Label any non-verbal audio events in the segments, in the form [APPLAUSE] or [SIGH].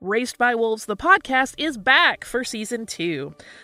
Raced by Wolves, the podcast, is back for season two.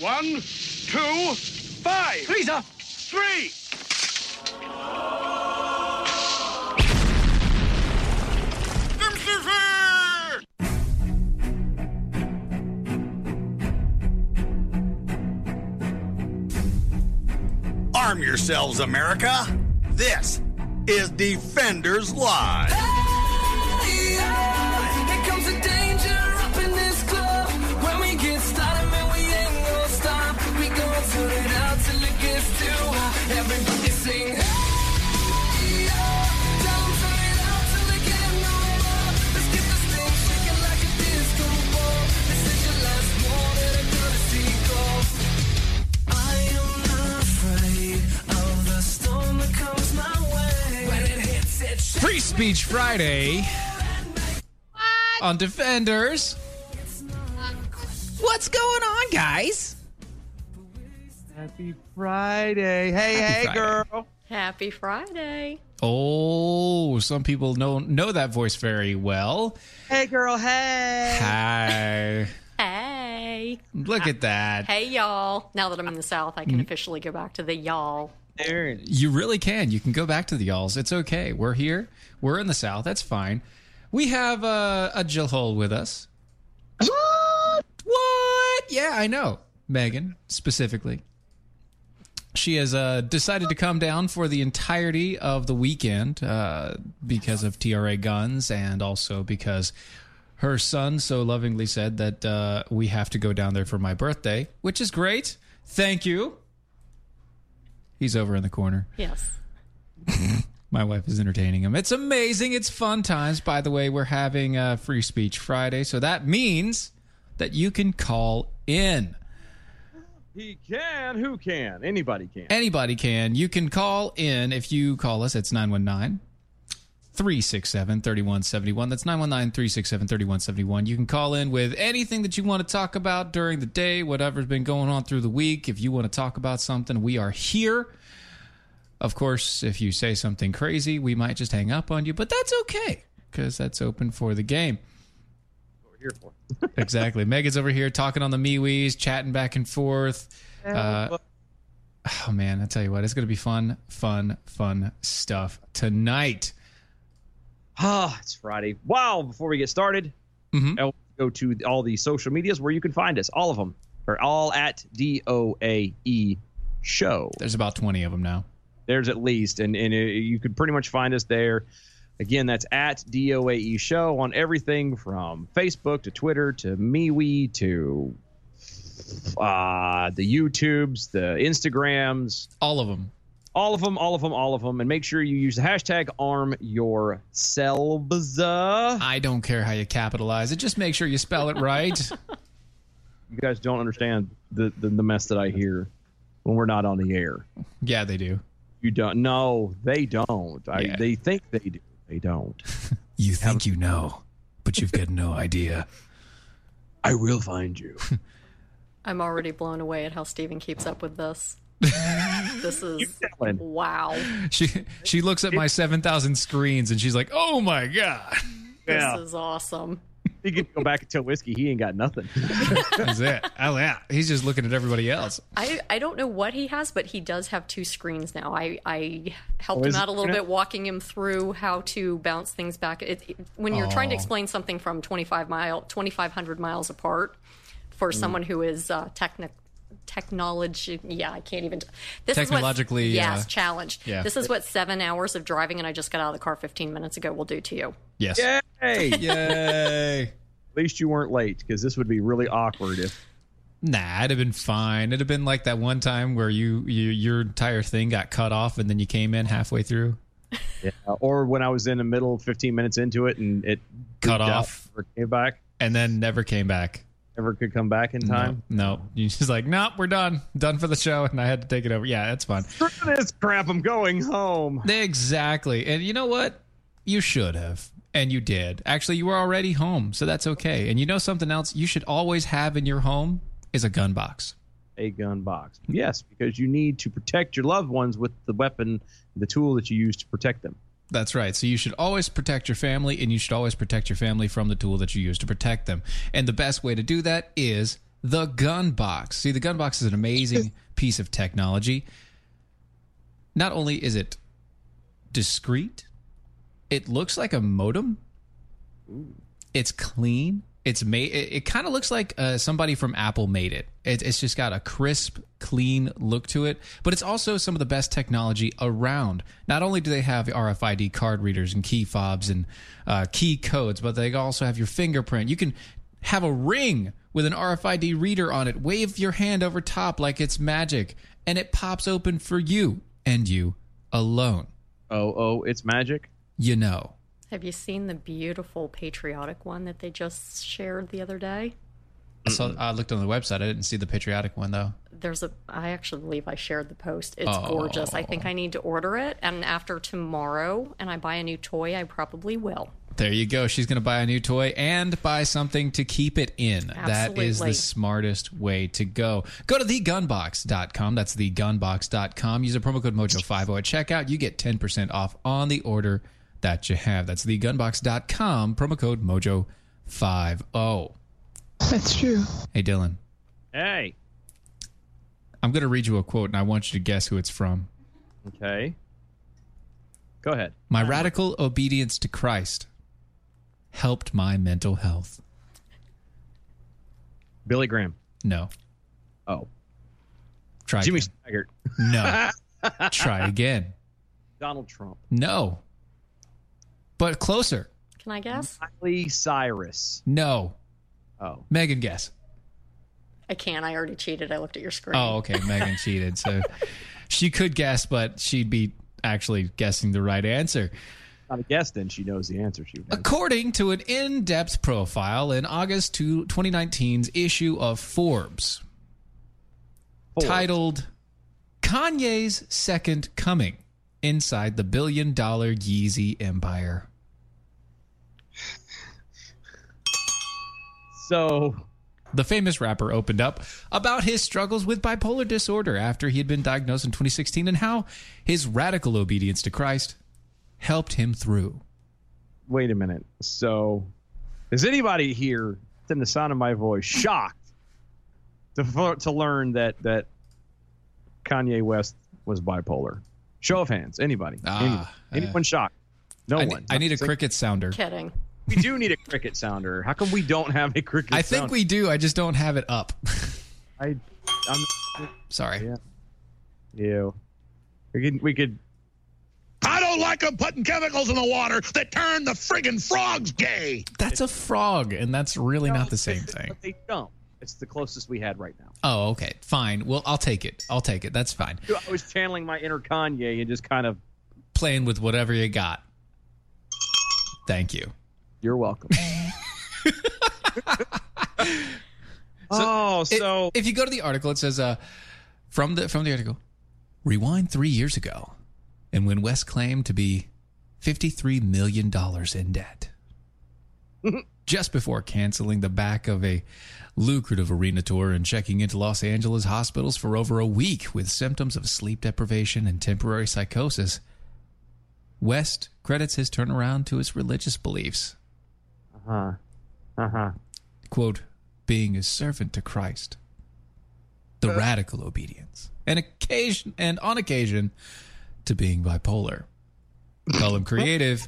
One, two, five. uh. Lisa. Three. Arm yourselves, America. This is Defenders Live. Here comes the danger up in this club. When we get started, man, we ain't gonna stop. We gonna turn it out till it gets too hot. Everybody sing. "Hey, yo." Don't turn it out till it get no more. Let's get this thing shaking like a disco ball. This is your last warning, a courtesy call. I am not afraid of the storm that comes my way. When it hits, it shakes. Free Speech Friday on Defenders. What's going on, guys? Happy Friday. Hey, hey, Happy Friday. girl. Happy Friday. Oh, some people don't know that voice very well. Hey, girl. Hey. Hi. Hey. Look at that. Hey, y'all. Now that I'm in the South, I can officially go back to the y'all. Aaron. You really can. You can go back to the y'alls. It's okay. We're here. We're in the South. That's fine. We have uh, a Jill Hole with us. What? What? Yeah, I know. Megan, specifically. She has uh, decided to come down for the entirety of the weekend uh, because of TRA guns and also because her son so lovingly said that uh, we have to go down there for my birthday, which is great. Thank you. He's over in the corner. Yes. My wife is entertaining him. It's amazing. It's fun times. By the way, we're having uh, Free Speech Friday. So that means that you can call in. He can. Who can? Anybody can. Anybody can. You can call in if you call us. It's 919 367 3171. That's 919 367 3171. You can call in with anything that you want to talk about during the day, whatever's been going on through the week. If you want to talk about something, we are here. Of course, if you say something crazy, we might just hang up on you, but that's okay because that's open for the game. We're here for. Exactly. Megan's over here talking on the MeWe's, chatting back and forth. Uh, oh man, I tell you what, it's gonna be fun, fun, fun stuff tonight. Ah, [SIGHS] it's Friday. Wow. Before we get started, Mhm. I want to go to all the social medias where you can find us. All of them are all at D O A E show. There's about twenty of them now. There's at least, and and uh, you could pretty much find us there. Again, that's at DOAE E Show on everything from Facebook to Twitter to MeWe to uh, the YouTubes, the Instagrams, All of them. all of them, all of them, all of them. And make sure you use the hashtag arm yourselves. Uh, I don't care how you capitalize it. Just make sure you spell it right. [LAUGHS] you guys don't understand the, the, the mess that I hear when we're not on the air. yeah, they do. You don't. No, they don't. I, Yeah. They think they do. They don't. You think you know, but you've got no idea. I will find [LAUGHS] you. I'm already blown away at how Steven keeps up with this. this is telling. wow. [LAUGHS] She she looks at my seven thousand screens and she's like, "Oh my god, This is awesome. he can go back and tell whiskey he ain't got nothing. that's it. [LAUGHS] Oh yeah." He's just looking at everybody else. I, I don't know what he has, but he does have two screens now. I, I helped Oh, him is out a it- little bit, walking him through how to bounce things back. It, it- when you're trying to Oh. explain something from 25 mile, 2,500 miles apart for someone who is uh, technic, technology, yeah, I can't even. This Technologically, is what, yes, uh, challenged. yeah. This is what seven hours of driving, and I just got out of the car 15 minutes ago. Will do to you. Yes. Hey, at Yay. least you weren't late because this would be really awkward if Nah, it'd have been fine. It'd have been like that one time where you, you your entire thing got cut off and then you came in halfway through. Uh, or when I was in the middle, fifteen minutes into it, and it Cut pooped out, off. Never came back. and then never came back. Never could come back in time. No, no. you just like, nope, we're done, done for the show, and I had to take it over. Yeah, that's fine. Screw this crap! I'm going home. Exactly, and you know what? You should have, and you did. Actually, you were already home, so that's okay. And you know something else? You should always have in your home is a gun box. A gun box. Yes, because you need to protect your loved ones with the weapon, the tool that you use to protect them. That's right. So you should always protect your family, and you should always protect your family from the tool that you use to protect them. And the best way to do that is the gun box. See, the gun box is an amazing piece of technology. Not only is it discreet, it looks like a modem. It's clean. It's made. It, it kind of looks like uh, somebody from Apple made it. it. It's just got a crisp, clean look to it. But it's also some of the best technology around. Not only do they have RFID card readers and key fobs and uh, key codes, but they also have your fingerprint. You can have a ring with an RFID reader on it. Wave your hand over top like it's magic, and it pops open for you and you alone. Oh, oh, it's magic. You know. Have you seen the beautiful patriotic one that they just shared the other day? I saw. I looked on the website. I didn't see the patriotic one though. There's a. I actually believe I shared the post. It's Oh. gorgeous. I think I need to order it. And after tomorrow, and I buy a new toy, I probably will. There you go. She's going to buy a new toy and buy something to keep it in. That is the Absolutely. smartest way to go. Go to thegunbox.com. That's thegunbox.com. Use a promo code Mojo50 at checkout. You get 10% off on the order that you have. That's thegunbox.com. Promo code Mojo50. That's true. Hey, Dylan, Hey. I'm going to read you a quote and I want you to guess who it's from. Okay. Go ahead. My radical obedience to Christ helped my mental health. Billy Graham. No. Oh, Try Jimmy again. Swaggart. No. Try again. Donald Trump. No. But closer. Can I guess? Miley Cyrus. No. Oh, Megan guess. I can. I already cheated. I looked at your screen. Oh, okay. Megan cheated. So she could guess, but she'd be actually guessing the right answer. not a guess. Then she knows the answer. She would know. According to an in depth profile in August to 2019's issue of Forbes, Uh, Four. titled Kanye's Second Coming Inside the Billion Dollar Yeezy Empire. So The famous rapper opened up about his struggles with bipolar disorder after he had been diagnosed in 2016 and how his radical obedience to Christ helped him through. wait a minute. So, is anybody here in the sound of my voice shocked to fo- to learn that that Kanye West was bipolar? Show of hands. Anybody? Ah, Any- anyone shocked? No I, ne- one. I need a So cricket sounder. Kidding. We do need a cricket sounder. How come we don't have a cricket? I think sounder? we do. I just don't have it up. [LAUGHS] I, I'm Sorry. Yeah. you. We could. We could. I don't like them putting chemicals in the water that turn the friggin' frogs gay. That's a frog, and that's really not [LAUGHS] the same thing. But they don't. It's the closest we had right now. Oh, okay. Fine. Well, I'll take it. I'll take it. That's fine. I was channeling my inner Kanye and just kind of. Playing with whatever you got. Thank you. You're welcome. oh, [LAUGHS] It- so if you go to the article, it says uh, from the from the article, rewind three years ago, and when West claimed to be fifty three million dollars in debt, just before canceling the back of a lucrative arena tour and checking into Los Angeles hospitals for over a week with symptoms of sleep deprivation and temporary psychosis. West credits his turnaround to his religious beliefs. Uh huh. Quote, being a servant to Christ, the radical obedience, and occasion and on occasion to being bipolar. Call him creative,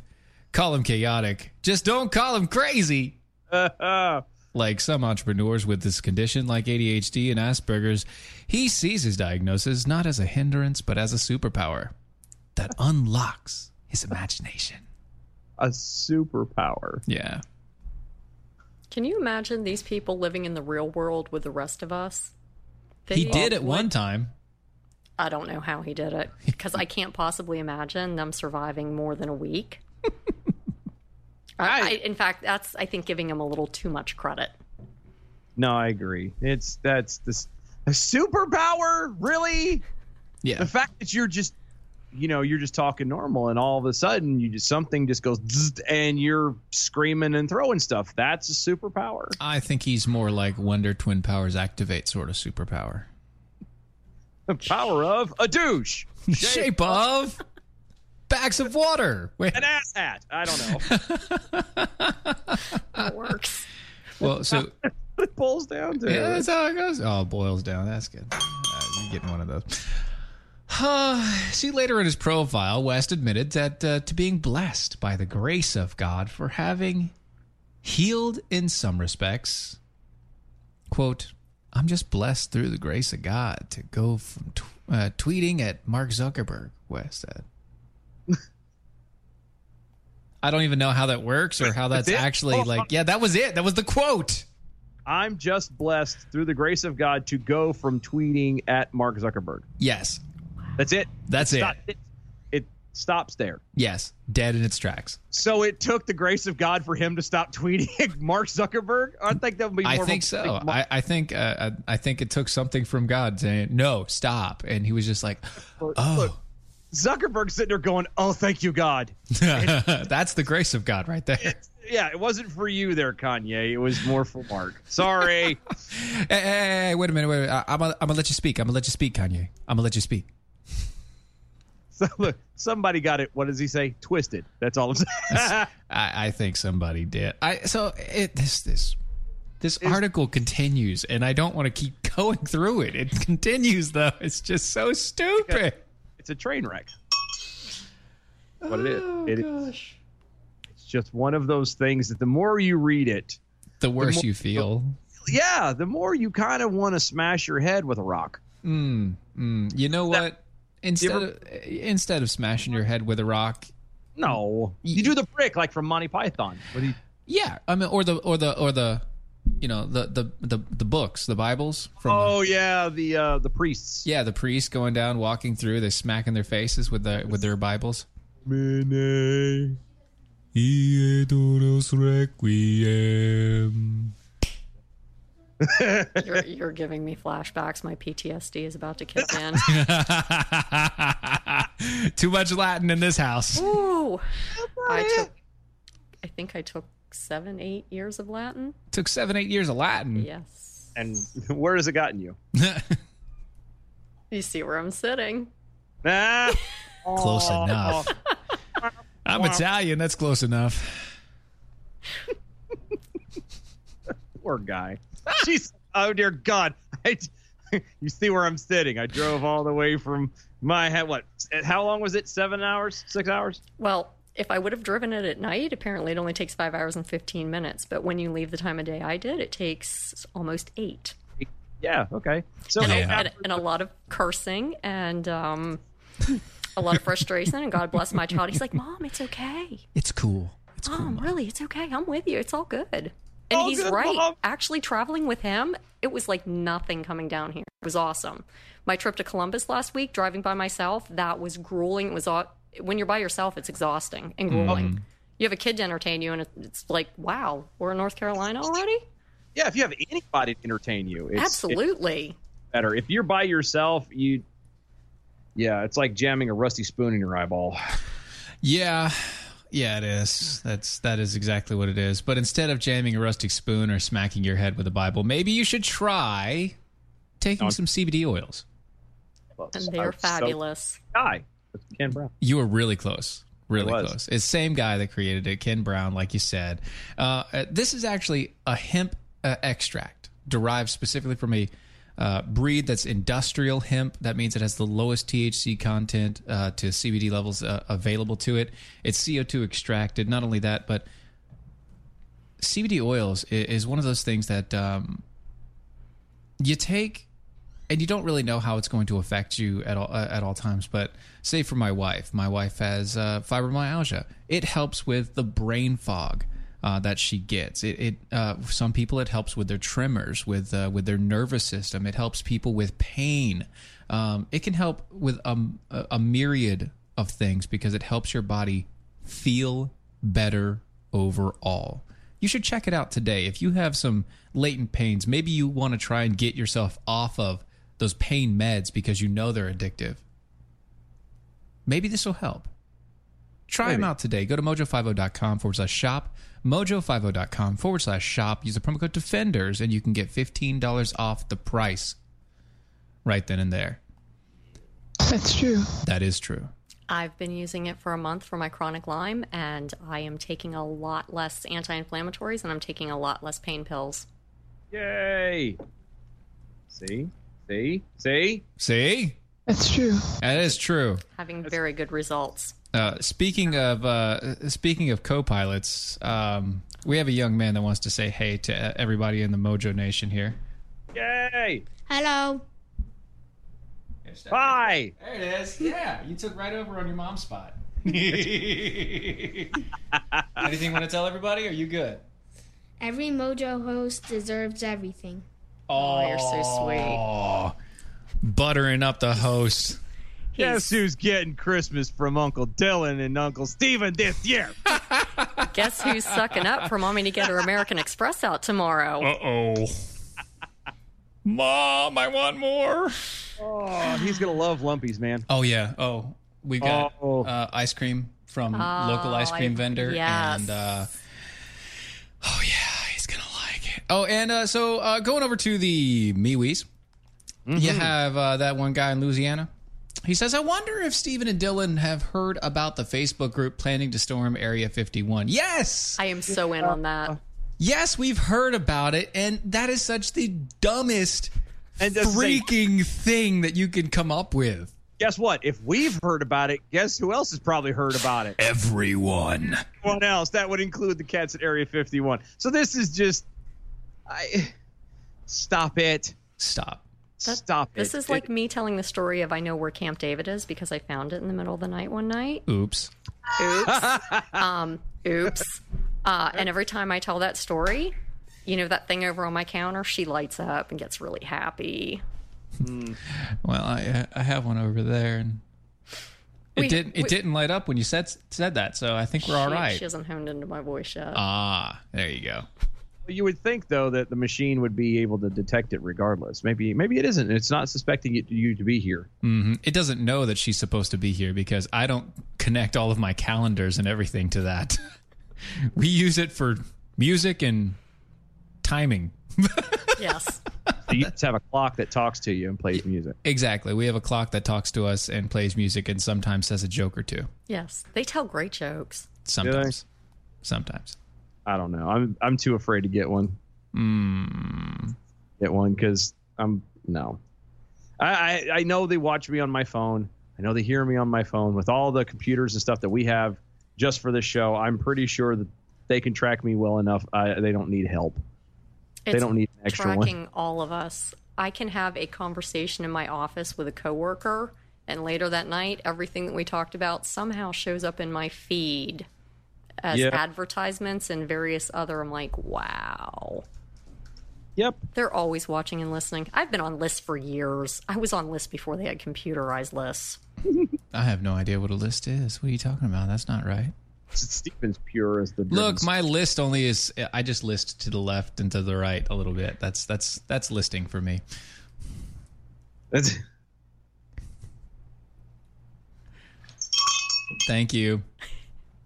call him chaotic, just don't call him crazy. Uh-huh. like some entrepreneurs with this condition, like ADHD and Asperger's, he sees his diagnosis not as a hindrance, but as a superpower that unlocks his imagination. [LAUGHS] A superpower. Yeah. Can you imagine these people living in the real world with the rest of us? They, He did at one time. I don't know how he did it because I can't possibly imagine them surviving more than [LAUGHS] a week. I, I, in fact, that's I think giving him a little too much credit. No, I agree. It's that's this a superpower, really? Yeah. The fact that you're just you know, you're just talking normal and all of a sudden you just something just goes zzzt and you're screaming and throwing stuff. That's a superpower. I think he's more like Wonder Twin Powers activate sort of superpower. The power of a douche. [LAUGHS] Shape of bags of water. Wait, An ass hat. I don't know. That works. well, so it boils down to yeah, it. that's how it goes. Oh, it boils down. That's good. Uh, you're getting one of those. See, later in his profile, West admitted that uh, to being blessed by the grace of God for having healed in some respects. Quote, I'm just blessed through the grace of God to go from tw- uh, tweeting at Mark Zuckerberg, West said. [LAUGHS] I don't even know how that works or how that's That's it? actually Oh, like, yeah, that was it. That was the quote. I'm just blessed through the grace of God to go from tweeting at Mark Zuckerberg. Yes. That's it. That's it. Stop- it. It stops there. Yes. Dead in its tracks. So it took the grace of God for him to stop tweeting [LAUGHS] Mark Zuckerberg. I think that would be. More I of a- think so. I, I think uh, I, I think it took something from God saying no, stop, and he was just like, oh, Zuckerberg's sitting there going, "Oh, thank you, God." [LAUGHS] that's the grace of God right there. Yeah, it wasn't for you there, Kanye. It was more for Mark. [LAUGHS] Sorry. Hey, hey, hey, wait a minute, wait a minute. I, I'm gonna I'm gonna let you speak. I'm gonna let you speak, Kanye. I'm gonna let you speak. so look, somebody got it. What does he say? Twisted. That's all I'm saying. I, I think somebody did. I so it this this this article continues, and I don't want to keep [LAUGHS] going through it. It continues though. It's just so stupid. it's a train wreck. What it is? Oh, It is. It's just one of those things that the more you read it, The worse more- you feel. yeah, the more you kind of want to smash your head with a rock. Hmm, You know what? Instead ever- of eh, instead of smashing your head with a rock, No, you do the brick like from Monty Python. What do Mm-hmm. you- yeah, I mean, or the or the or the, you know, the the the, the books, the Bibles from. the- Oh yeah, the uh, the priests. yeah, the priests going down, walking through, they're smacking their faces with their with their Bibles. You're, you're giving me flashbacks. My PTSD is about to kick in. [LAUGHS] Too much Latin in this house. Ooh, I took. I think I took seven, eight years of Latin. Took seven, eight years of Latin. Yes. And [LAUGHS] where has it gotten you? You see where I'm sitting. Ah, Close enough. [LAUGHS] I'm Italian. That's close enough. poor guy. Jeez. Oh dear God. I, [LAUGHS] you see where I'm sitting? I drove all the way from my head. What? How long was it? Seven hours? Six hours? Well, if I would have driven it at night, apparently it only takes five hours and 15 minutes. But when you leave the time of day I did, it takes almost eight. Yeah. Okay. So And, I- Yeah. and, and a lot of cursing and um, a lot of frustration. And God bless my child. He's like, Mom, it's okay. It's cool. It's cool. Mom, really, it's okay. I'm with you. It's all good. And All he's good, right. Mom. Actually, traveling with him, it was like nothing coming down here. It was awesome. My trip to Columbus last week, driving by myself, that was grueling. It was aw- when you're by yourself, it's exhausting and Mm-hmm. grueling. You have a kid to entertain you, and it- it's like, wow, we're in North Carolina already. yeah, if you have anybody to entertain you, it's, it's Absolutely. better. If you're by yourself, you. Yeah, it's like jamming a rusty spoon in your eyeball. Yeah, Yeah, it is. That's that is exactly what it is. But instead of jamming a rustic spoon or smacking your head with a Bible, maybe you should try taking some CBD oils. And they're fabulous. Guy, That's Ken Brown. You were really close. Really I was. close. It's same guy that created it, Ken Brown, like you said. Uh, uh, this is actually a hemp uh, extract derived specifically from a uh, breed that's industrial hemp. That means it has the lowest THC content uh, to CBD levels uh, available to it. It's CO2 extracted. Not only that, but CBD oils i- is one of those things that um, you take and you don't really know how it's going to affect you at all uh, at all times. But say for my wife, my wife has uh, fibromyalgia. It helps with the brain fog uh, that she gets. It, it uh, some people it helps with their tremors, with uh, with their nervous system. It helps people with pain. Um, it can help with a, a a myriad of things because it helps your body feel better overall. You should check it out today. If you have some latent pains, maybe you want to try and get yourself off of those pain meds because you know they're addictive. Maybe this will help. Try them out today. Go to mojo50.com forward slash shop, mojo50.com forward slash shop. Use the promo code DEFENDERS and you can get $15 off the price right then and there. That's true. That is true. I've been using it for a month for my chronic Lyme, and I am taking a lot less anti inflammatories and I'm taking a lot less pain pills. Yay! See, see, see. See? That's true. That is true. Having very good results. Uh, speaking of uh, speaking of co-pilots, um, we have a young man that wants to say hey to uh, everybody in the Mojo Nation here. Yay! Hello. Hi. There it is. Yeah, you took right over on your mom's [LAUGHS] spot. Anything you want to tell everybody? Are you good? Every mojo host deserves everything. Oh, you're so sweet. Buttering up the host. Guess who's getting Christmas from Uncle Dylan and Uncle Steven this year? Guess who's sucking up for mommy to get her American Express out tomorrow? Uh oh. Mom, I want more. oh, he's gonna love lumpies, man. Oh yeah. Oh, we got Oh. uh, ice cream from local ice cream Oh, I- vendor, yes. and uh, oh yeah, he's gonna like it. Oh, and uh, so uh, going over to the MeWe's, Mm-hmm. you have uh, that one guy in Louisiana. He says, "I wonder if Stephen and Dylan have heard about the Facebook group planning to storm Area 51." Yes. I am so in on that. Yes, we've heard about it, and that is such the dumbest And just say, freaking thing that you can come up with. guess what? If we've heard about it, guess who else has probably heard about it? Everyone. Everyone else. That would include the cats at Area 51. So this is just, I stop it. Stop. stop it. This is like me telling the story of I know where Camp David is because I found it in the middle of the night [LAUGHS] one night. Oops. Oops. um, oops. Uh, and every time I tell that story, you know, that thing over on my counter, she lights up and gets really happy. Well, I I have one over there, and it We- didn't it we- didn't light up when you said said that, so I think we're all She- right. She hasn't honed into my voice yet. ah, there you go. you would think though that the machine would be able to detect it regardless. Maybe maybe it isn't. It's not suspecting it, you to be here. Mm-hmm. It doesn't know that she's supposed to be here because I don't connect all of my calendars and everything to that. [LAUGHS] we use it for music and timing. yes. So you just have a clock that talks to you and plays music. Exactly. We have a clock that talks to us and plays music and sometimes says a joke or two. Yes. They tell great jokes. Sometimes. Sometimes. I don't know. I'm I'm too afraid to get one. Mm, Get one because I'm no. I, I I know they watch me on my phone. I know they hear me on my phone with all the computers and stuff that we have just for this show. I'm pretty sure that they can track me well enough. I, they don't need help. It's They don't need an extra one. tracking all of us. I can have a conversation in my office with a coworker, and later that night, everything that we talked about somehow shows up in my feed as Yeah. advertisements and various other. I'm like, wow. Yep. They're always watching and listening. I've been on lists for years. I was on lists before they had computerized lists. I have no idea what a list is. What are you talking about? That's not right. Steven's pure as the Look, driven- my list only is I just list to the left and to the right a little bit. That's that's that's listing for me. That's- Thank you.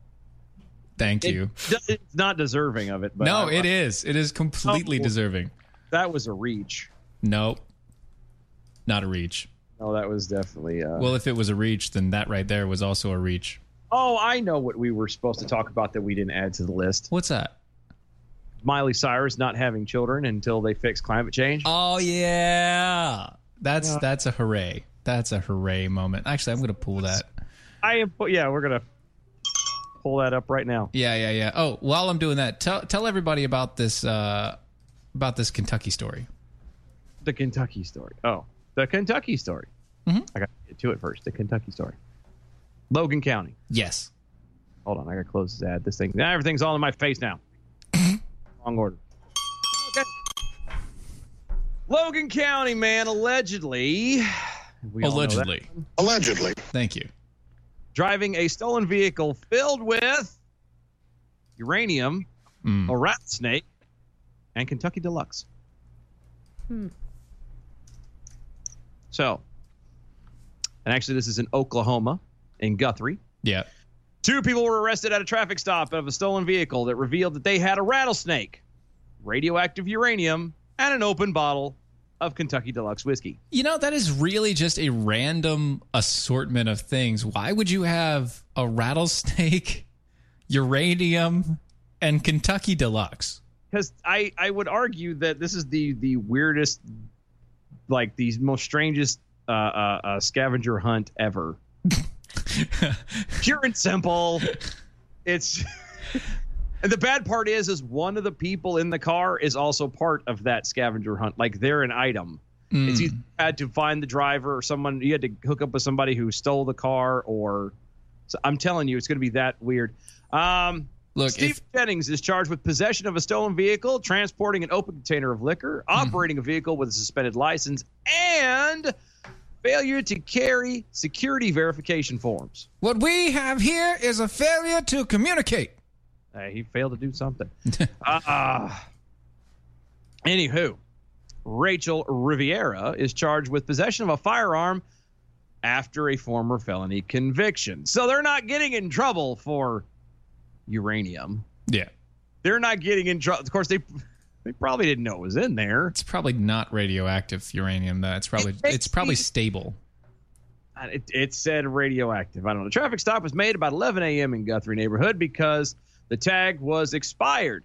[LAUGHS] Thank you. It- It's not deserving of it. But no, I- it is. It is completely Oh. deserving. That was a reach. Nope. Not a reach. No, that was definitely. Uh, Well, if it was a reach, then that right there was also a reach. oh, I know what we were supposed to talk about that we didn't add to the list. What's that? Miley Cyrus not having children until they fix climate change. Oh yeah. That's Yeah. that's a hooray. That's a hooray moment. Actually, I'm gonna pull that. I am. Yeah, we're gonna pull that up right now. Yeah, yeah, yeah. Oh, while I'm doing that, tell tell everybody about this uh about this Kentucky story. The Kentucky story. Oh, the Kentucky story. I got to get to it first. The Kentucky story. Logan County. Yes. Hold on, I gotta close this ad. This thing. Now everything's all in my face now. Wrong order. Okay. Logan County, man, allegedly. we all know that. Allegedly. Allegedly. Thank you. driving a stolen vehicle filled with uranium, Mm. a rat snake, and Kentucky Deluxe. Hmm. So, and actually, this is in Oklahoma, in Guthrie. Yeah. Two people were arrested at a traffic stop of a stolen vehicle that revealed that they had a rattlesnake, radioactive uranium, and an open bottle of Kentucky Deluxe whiskey. You know, that is really just a random assortment of things. Why would you have a rattlesnake, [LAUGHS] uranium, and Kentucky Deluxe? because I I would argue that this is the the weirdest, like the most strangest uh, uh, uh, scavenger hunt ever. Pure and simple. It's [LAUGHS] and the bad part is is one of the people in the car is also part of that scavenger hunt. Like they're an item. It's either you had to find the driver or someone you had to hook up with somebody who stole the car or. So I'm telling you, it's going to be that weird. Um, Look, Steve if- Jennings is charged with possession of a stolen vehicle, transporting an open container of liquor, Hmm. operating a vehicle with a suspended license, and failure to carry security verification forms. What we have here is a failure to communicate. Uh, he failed to do [LAUGHS] something. uh, anywho, Rachel Riviera is charged with possession of a firearm after a former felony conviction. So they're not getting in trouble for uranium. Yeah. They're not getting in trouble. Of course, they they probably didn't know it was in there. It's probably not radioactive uranium though. [LAUGHS] It's probably makes it's probably me- stable. And Uh, It, it said radioactive. I don't know. The traffic stop was made about 11 a.m. in Guthrie neighborhood because the tag was expired.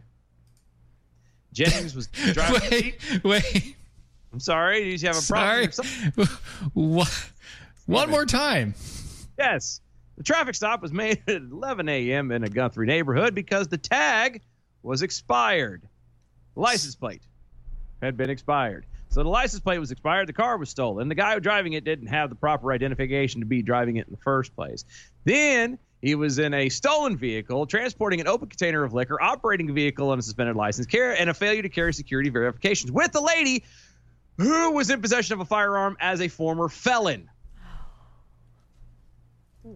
Jennings was driving. Wait, [LAUGHS] wait. I'm sorry. Did you have a problem? Sorry. or something? [LAUGHS] What? One more time. Yes. The traffic stop was made [LAUGHS] at 11 a.m. in a Guthrie neighborhood because the tag was expired. The license plate had been expired. So the license plate was expired. The car was stolen. The guy driving it didn't have the proper identification to be driving it in the first place. Then he was in a stolen vehicle, transporting an open container of liquor, operating a vehicle on a suspended license, care, and a failure to carry security verifications with the lady who was in possession of a firearm as a former felon.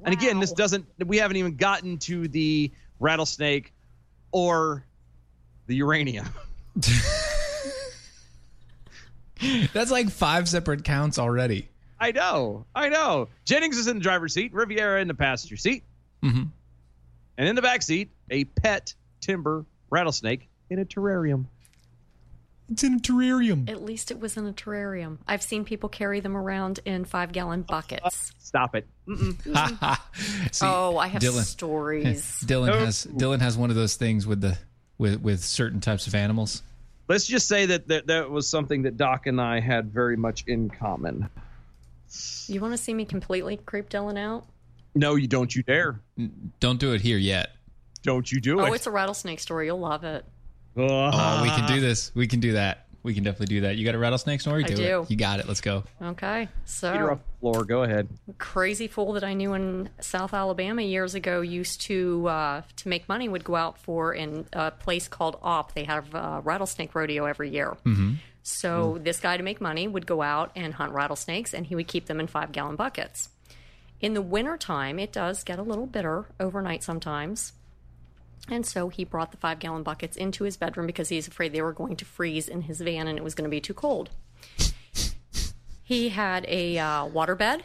And again, this doesn't, we haven't even gotten to the rattlesnake or the uranium. [LAUGHS] That's like five separate counts already. I know, I know. Jennings is in the driver's seat, Riviera in the passenger seat, Mhm. and in the back seat, a pet timber rattlesnake in a terrarium. It's in a terrarium. [LAUGHS] At least it was in a terrarium. I've seen people carry them around in five gallon buckets. Stop it. Mm-mm. See, oh, I have [LAUGHS] Dylan. stories. [LAUGHS] Dylan has Dylan has one of those things with the with with certain types of animals. Let's just say that, that that was something that Doc and I had very much in common. you want to see me completely creep Dylan out? No, you don't, you dare. Don't do it here yet. Don't you do Oh, it. it's a rattlesnake story. You'll love it. Ugh. Oh, we can do this. We can do that. We can definitely do that. You got a rattlesnake story? I Do, do. it. You got it. Let's go. Okay. So. Peter off the floor. Go [LAUGHS] ahead. crazy fool that I knew in South Alabama years ago used to uh, to make money would go out for in a place called Op. They have a rattlesnake rodeo every year. So this guy to make money would go out and hunt rattlesnakes, and he would keep them in five gallon buckets. In the wintertime, it does get a little bitter overnight sometimes. And so he brought the five gallon buckets into his bedroom because he's afraid they were going to freeze in his van and it was going to be too cold. He had a uh, waterbed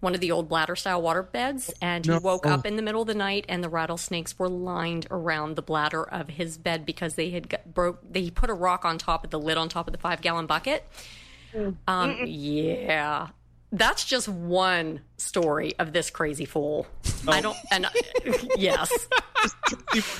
one of the old bladder style water beds, and he No. woke up in the middle of the night, and the rattlesnakes were lined around the bladder of his bed because they had got, broke. They put a rock on top of the lid on top of the five gallon bucket. Um, yeah, that's just one story of this crazy fool. I [LAUGHS] don't, and I- yes,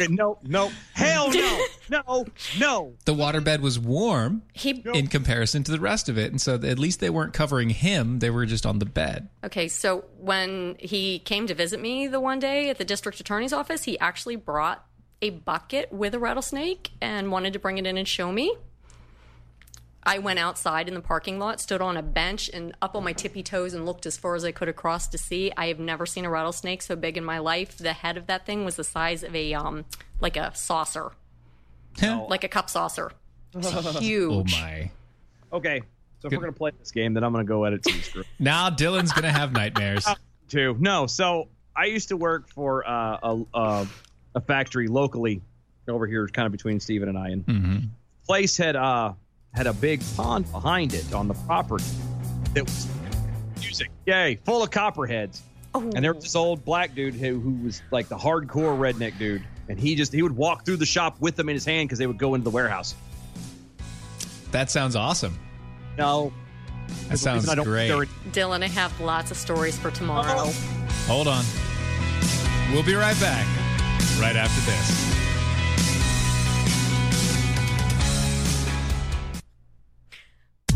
no, no, hell [LAUGHS] no, no, no. The waterbed was warm He- in comparison to the rest of it, and so at least they weren't covering him; they were just on the bed. [LAUGHS] Okay, so when he came to visit me the one day at the district attorney's office, he actually brought a bucket with a rattlesnake and wanted to bring it in and show me. I went outside in the parking lot, stood on a bench and up on my tippy toes and looked as far as I could across to see. I have never seen a rattlesnake so big in my life. The head of that thing was the size of a um like a saucer. like a cup saucer. It's huge. [LAUGHS] Oh my! Okay, so if we're gonna play this game, then I'm gonna go edit two. [LAUGHS] screw. Now Dylan's gonna have [LAUGHS] nightmares. Two. No, so I used to work for uh, a uh, a factory locally over here, kind of between Steven and I, and Mm-hmm. place had uh had a big pond behind it on the property that was music, yay, full of copperheads. And there was this old black dude who who was like the hardcore redneck dude, and he just he would walk through the shop with them in his hand because they would go into the warehouse. That sounds awesome. No, That sounds great. Dylan, I have lots of stories for tomorrow. Hold on. We'll be right back. Right after this.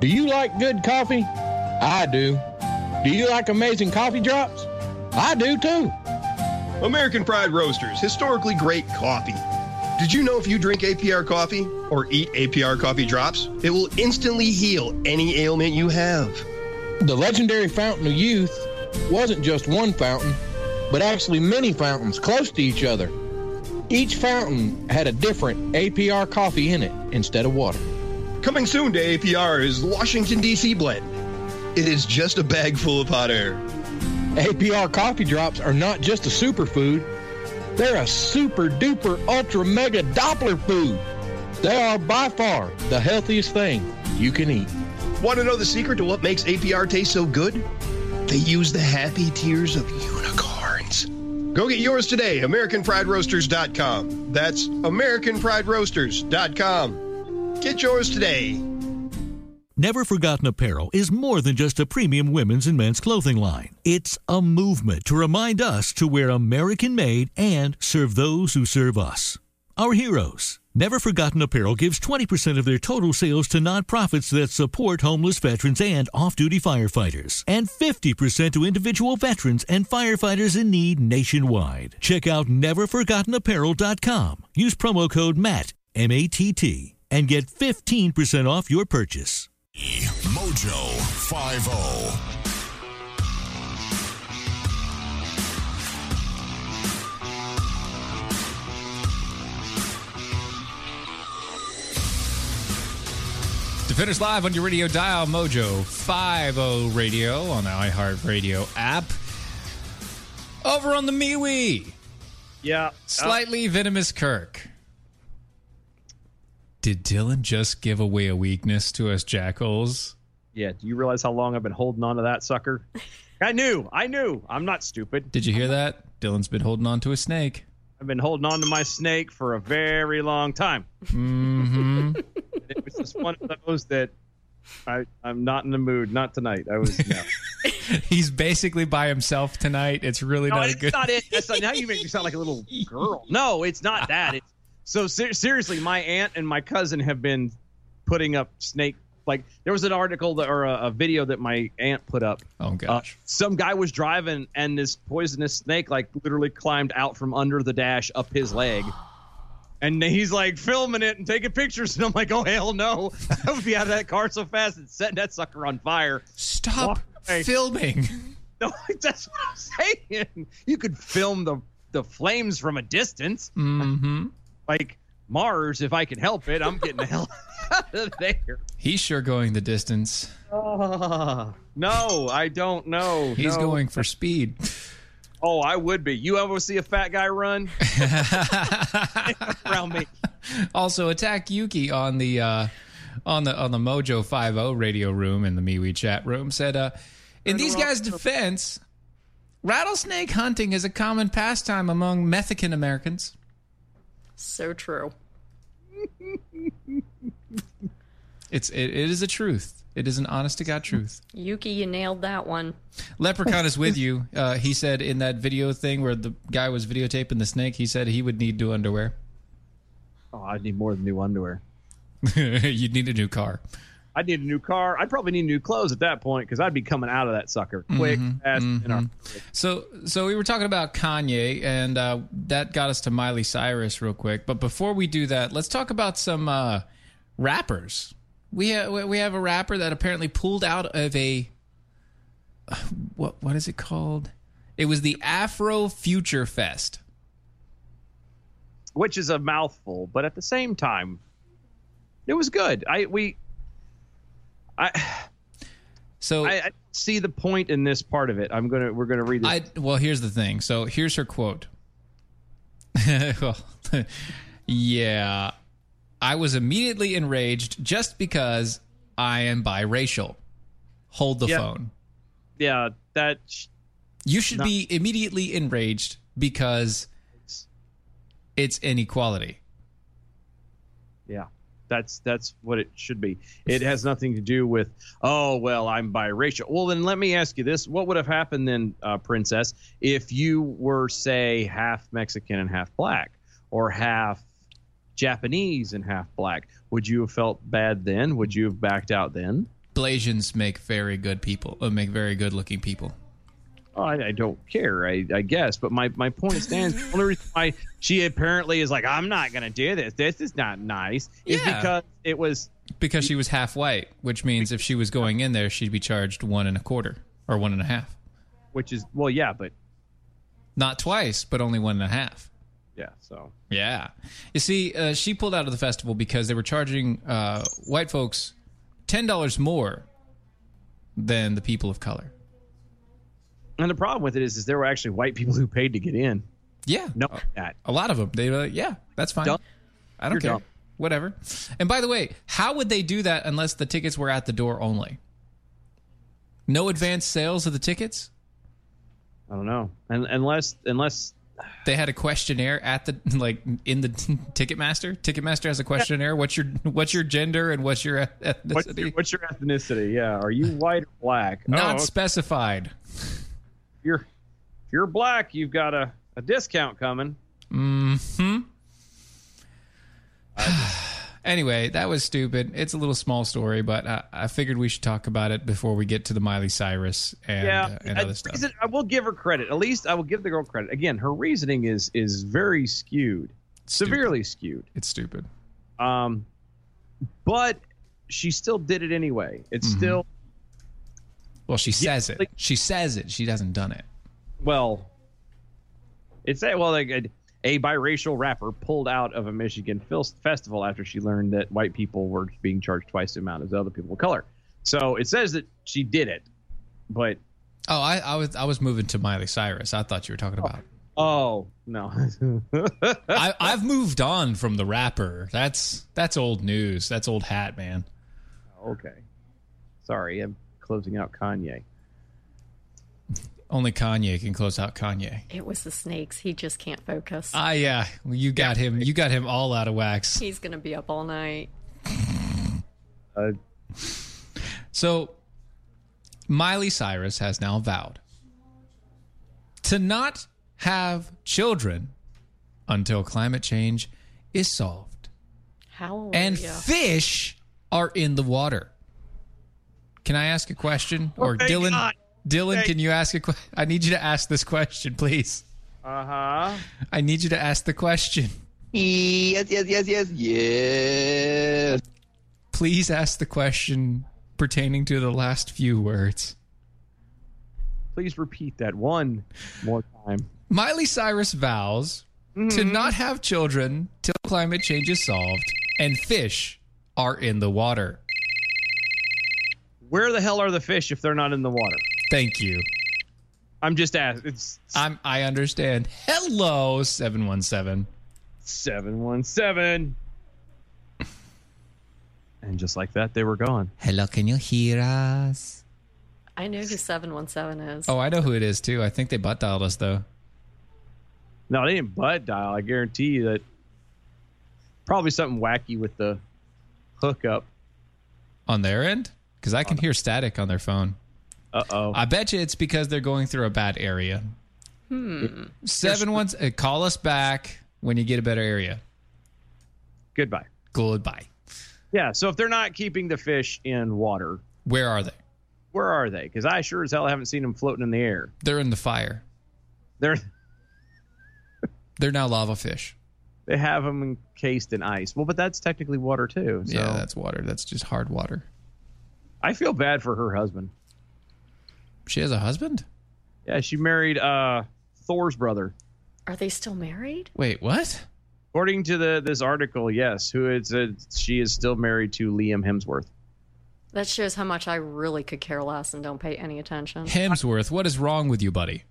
Do you like good coffee? I do. Do you like amazing coffee drops? I do too. American Pride Roasters, historically great coffee. Did you know if you drink APR coffee or eat APR coffee drops, it will instantly heal any ailment you have? The legendary Fountain of Youth wasn't just one fountain, but actually many fountains close to each other. Each fountain had a different APR coffee in it instead of water. Coming soon to APR is the Washington, D.C. blend. It is just a bag full of hot air. APR coffee drops are not just a superfood, they're a super duper ultra mega Doppler food. They are by far the healthiest thing you can eat. Want to know the secret to what makes APR taste so good? They use the happy tears of unicorns. Go get yours today, AmericanPrideRoasters.com. That's AmericanPrideRoasters.com. Get yours today. Never Forgotten Apparel is more than just a premium women's and men's clothing line. It's a movement to remind us to wear American made and serve those who serve us. Our heroes. Never Forgotten Apparel gives 20% of their total sales to nonprofits that support homeless veterans and off duty firefighters, and 50% to individual veterans and firefighters in need nationwide. Check out neverforgottenapparel.com. Use promo code MATT, M A T T, and get 15% off your purchase. Mojo 50. Defenders live on your radio dial, Mojo 50 Radio on the iHeartRadio app. Over on the MeWe, Yeah, Oh. slightly venomous Kirk. Did Dylan just give away a weakness to us jackals? Yeah, do you realize how long I've been holding on to that sucker? I knew, I knew. I'm not stupid. Did you hear that? Dylan's been holding on to a snake. I've been holding on to my snake for a very long time. Mm-hmm. [LAUGHS] It was just one of those that I, I'm not in the mood. Not tonight. I was. [LAUGHS] No, He's basically by himself tonight. It's really no not a it's good. not it. That's not, now you make me sound like a little girl. [LAUGHS] No, it's not that. It's, so ser- seriously, my aunt and my cousin have been putting up snake. Like there was an article that, or a, a video that my aunt put up. Oh gosh! Uh, some guy was driving, and this poisonous snake like literally climbed out from under the dash up his [GASPS] leg. And he's like filming it and taking pictures, [LAUGHS] and I'm like, "Oh hell no! [LAUGHS] [LAUGHS] Uh, I would be out of that car so fast and setting that sucker on fire." Stop filming. [LAUGHS] No, that's what I'm saying. You could film the the flames from a distance. Mm-hmm. Like Mars, if I can help it, I'm getting the hell [LAUGHS] out of there. He's sure going the distance. Ah, no, I don't know. He's No. going for speed. Oh, I would be. You ever see a fat guy run? Around me. Also, attack Yuki on the uh, on the on the Mojo Five O radio room in the MeWe chat room said, uh, "In these guys' defense, rattlesnake hunting is a common pastime among Mexican Americans." So true. It's it, it is a truth. It is an honest to god truth. Yuki, you nailed that one. Leprechaun is with you. Uh, he said in that video thing where the guy was videotaping the snake, he said he would need new underwear. [LAUGHS] Oh, I need more than new underwear. You'd need a new car. I'd need a new car. I'd probably need new clothes at that point because I'd be coming out of that sucker quick, Mhm, fast, and our- So, so we were talking about Kanye, and uh, that got us to Miley Cyrus real quick. But before we do that, let's talk about some uh, rappers. We ha- we we have a rapper that apparently pulled out of a [SIGHS] what what is it called? It was the Afro Future Fest. which is a mouthful, but at the same time, it was good. I we I so Oh. I, I don't see the point in this part of it. I'm gonna we're gonna read it. I well, here's the thing. So here's her quote. [LAUGHS] well, [LAUGHS] yeah, I was immediately enraged just because I am biracial. Hold the Yeah. phone. yeah, that sh- You should No. be immediately enraged because it's inequality. yeah, that's that's what it should be. It has nothing to do with oh well, I'm biracial. Well, then let me ask you this: What would have happened then, uh, Princess, if you were say half Mexican and half black, or half Japanese and half black? Would you have felt bad then? Would you have backed out then? Blasians make very good people. Uh, make very good looking people. Oh, I, I don't care, I, I guess. But my, my point stands. the only reason why she apparently is like, I'm not going to do this. This is not nice. Is Yeah. because it was. Because she was half white, which means if she was going in there, she'd be charged one and a quarter or one and a half. Which is well, yeah, but not twice, but only one and a half. Yeah. So. Yeah. You see, uh, she pulled out of the festival because they were charging uh, white folks ten dollars more than the people of color. And the problem with it is, is there were actually white people [LAUGHS] who paid to get in. Yeah. No, that. A lot of them. They were like, yeah, that's fine. Dumb. I don't You're care. dumb. Whatever. And by the way, how would they do that unless the tickets were at the door only? No advance sales of the tickets. I don't know. And unless unless They had a questionnaire at the [LAUGHS] like in the Ticketmaster. Ticketmaster has a questionnaire. What's your what's your gender and what's your ethnicity? what's your, what's your ethnicity? Yeah. Are [LAUGHS] you white or black? oh, Not if specified. you're if you're black, you've got a, a discount coming. Hmm. anyway, that was stupid. It's a little small story, but I, I figured we should talk about it before we get to the Miley Cyrus and uh, and I- other stuff. reason- I will give her credit. At least I will give the girl credit. Again, her reasoning is is very skewed, severely skewed. It's stupid. Um, but she still did it anyway. It's Mhm. still Well, she says it. She says it. She hasn't done it. well. It's a well like a, a biracial rapper pulled out of a Michigan fil- festival after she learned that white people were being charged twice the amount as other people of color. So it says that she did it, but Oh, I, I was I was moving to Miley Cyrus. I thought you were talking about. oh no, [LAUGHS] I, I've moved on from the rapper. That's that's old news. That's old hat, man. okay. Sorry, I'm closing out Kanye. Only Kanye can close out Kanye. It was the snakes. He just can't focus. Ah, yeah. Well, you got him. You got him all out of wax. He's gonna be up all night. Uh, So, Miley Cyrus has now vowed to not have children until climate change is solved How Oh, and fish are in the water. Can I ask a question? Or Oh, thank Dylan, God. Dylan, Thank- can you ask a question? [LAUGHS] I need you to ask this question, please. Uh huh. I need you to ask the question. Yes, yes, yes, yes, yes. Please ask the question pertaining to the last few words. Please repeat that one more time. Miley Cyrus vows to not have children till climate change is solved and fish are in the water. Where the hell are the fish if they're not in the water? Thank you. I'm just asking. It's I'm I understand. Hello 717. 717. And just like that, they were gone. Hello, can you hear us? I knew who 717 is. Oh, I know who it is too. I think they butt dialed us though. No, they didn't butt dial. I guarantee you that. Probably something wacky with the hookup. On their end? Because I can hear static on their phone. Uh oh. I bet you it's because they're going through a bad area. Hmm. Seven ones. uh, Call us back when you get a better area. Goodbye. Goodbye. Yeah, so if they're not keeping the fish in water, where are they? Where are they? Because I sure as hell haven't seen them floating in the air. They're in the fire. They're They're now lava fish. they have them encased in ice. Well, but that's technically water too. So Yeah, that's water. That's just hard water. I feel bad for her husband. She has a husband? Yeah, she married uh, Thor's brother. Are they still married? Wait, what? According to the this article, yes, who is uh, she is still married to Liam Hemsworth. That shows how much I really could care less and don't pay any attention. Hemsworth, what is wrong with you, buddy?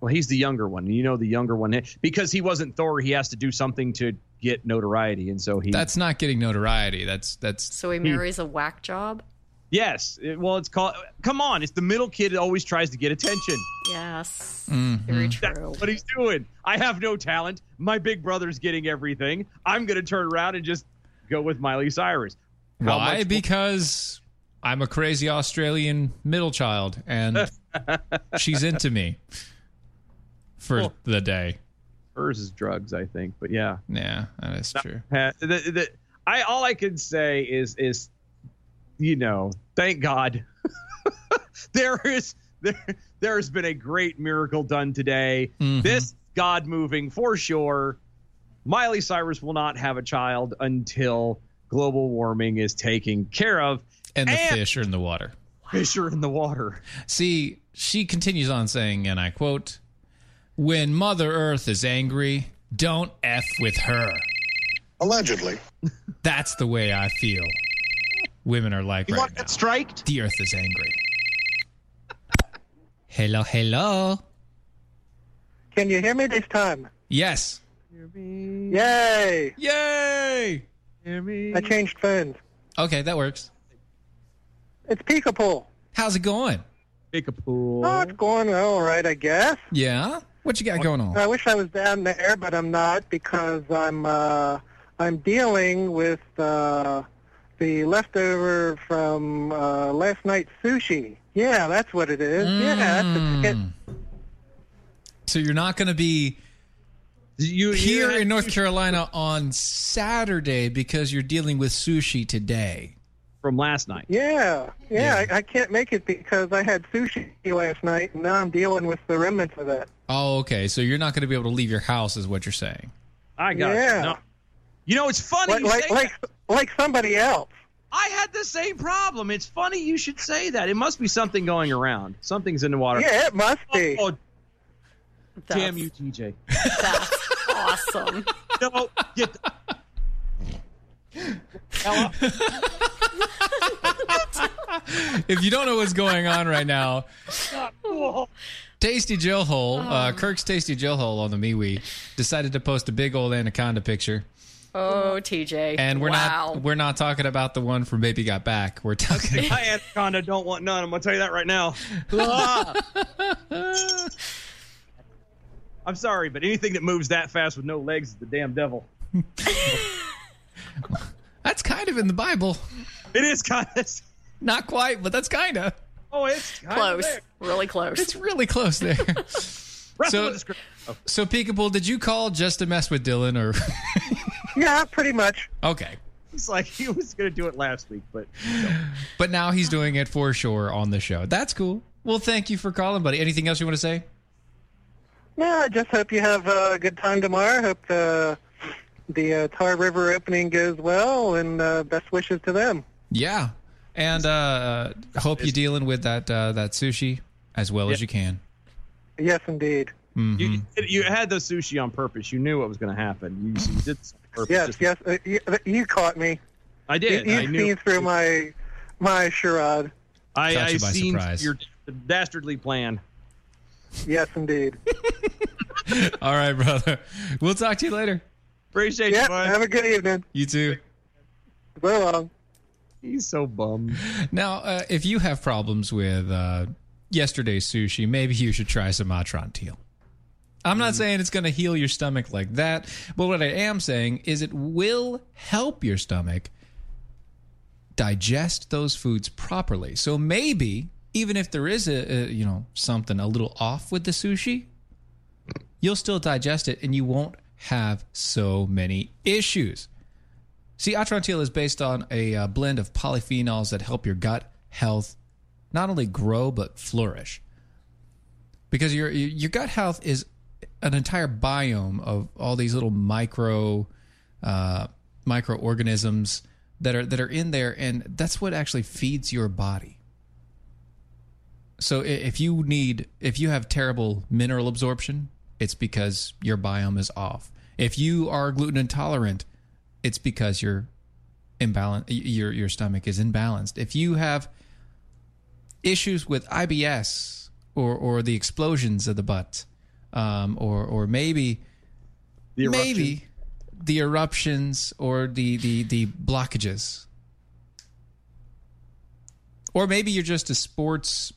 Well, he's the younger one. You know, the younger one eh, because he wasn't Thor, he has to do something to get notoriety, and so he. That's not getting notoriety. That's that's So he marries a whack job? yes. It- well, it's called. Come on, it's the middle kid that always tries to get attention. Yes. Mhm. Very That's true. what he's doing. I have no talent. My big brother's getting everything. I'm going to turn around and just go with Miley Cyrus. How why? much- Because I'm a crazy Australian middle child [LAUGHS] and she's into me for Cool. the day. hers is drugs, I think. But yeah, Yeah, that is true. Ha- the, the, I all I can say is is you know, thank God [LAUGHS] there is there there has been a great miracle done today. Mm-hmm. This God moving for sure. Miley Cyrus will not have a child until global warming is taken care of. And the And- fish are in the water. Fish are in the water. See, she continues on saying, and I quote, When Mother Earth is angry, don't F with her. Allegedly. [LAUGHS] That's the way I feel. Women are like You right want now. that striked? The Earth is angry. Hello, hello. Can you hear me this time? Yes. Yay! Yay! I changed phones. Okay, that works. It's Peekapool. How's it going? Pick a pool. Oh, it's going all right, I guess. Yeah. What you got going on? I wish I was down there, but I'm not because I'm uh, I'm dealing with uh, the leftover from uh, last night's sushi. Yeah, that's what it is. Yeah, that's the ticket. So you're not going to be You here in North Carolina on Saturday because you're dealing with sushi today. from last night. Yeah, yeah, I, I can't make it because I had sushi last night, and now I'm dealing with the remnants of that. Oh, okay. So you're not going to be able to leave your house, is what you're saying. I got Yeah. you. No. You know, it's funny. Like, you like, say like, like somebody else. I had the same problem. It's funny you should say that. It must be something going around. Something's in the water. Yeah, it must be. Oh, That's, damn you, TJ. That's awesome. No, get the- [LAUGHS] if you don't know what's going on right now, Tasty Jill Hole, uh, Kirk's Tasty Jill Hole on the MeWe decided to post a big old anaconda picture, [LAUGHS] Oh, TJ. and we're wow. not we're not talking about the one from Baby Got Back. [LAUGHS] We're talking. my anaconda don't want none. I'm gonna tell you that right [LAUGHS] now. I'm sorry, but anything that moves that fast with no legs is the damn devil. That's kind of in the Bible, It is [LAUGHS] kind of. not quite, but that's kind of. Oh, it's kinda close. there. Really close. It's really close there. Wrestle so, with the script. so Peekable, did you call just to mess with Dylan, or Yeah, pretty much. okay? It's like he was gonna do it last week, but But now he's doing it for sure on the show. That's cool. Well, thank you for calling, buddy. Anything else you want to say? Yeah, I just hope you have a good time tomorrow. Hope the the uh, Tar River opening goes well, and uh, best wishes to them. Yeah. And uh hope you're dealing with uh, that uh that sushi. as well as you can. Yes, indeed. Mm-hmm. Mhm. You, you had the sushi on purpose. You knew what was going to happen. You, you did this on purpose. Yes, Just- yes. Uh, you, you caught me. I did. You, I have knew. seen through my my charade. I, Caught I you by seen surprise. your dastardly plan. Yes, indeed. [LAUGHS] All right, brother. We'll talk to you later. Appreciate you. Have a good evening. You too. So long. He's so bummed. Now, uh, if you have problems with uh, yesterday's sushi, maybe you should try some Matron teal. I'm not saying it's going to heal your stomach like that, but what I am saying is it will help your stomach digest those foods properly. So maybe even if there is a, a you know something a little off with the sushi, you'll still digest it and you won't have so many issues. See, Atrantil is based on a uh, blend of polyphenols that help your gut health not only grow but flourish. Because your your your gut health is an entire biome of all these little micro uh, microorganisms that are that are in there, and that's what actually feeds your body. So i- if you need if you have terrible mineral absorption, it's because your biome is off. If you are gluten intolerant, it's because your imbalance your your stomach is imbalanced. If you have issues with IBS or or the explosions of the butt, um, or or maybe The eruption. maybe the eruptions or the the the blockages, or maybe you're just a sports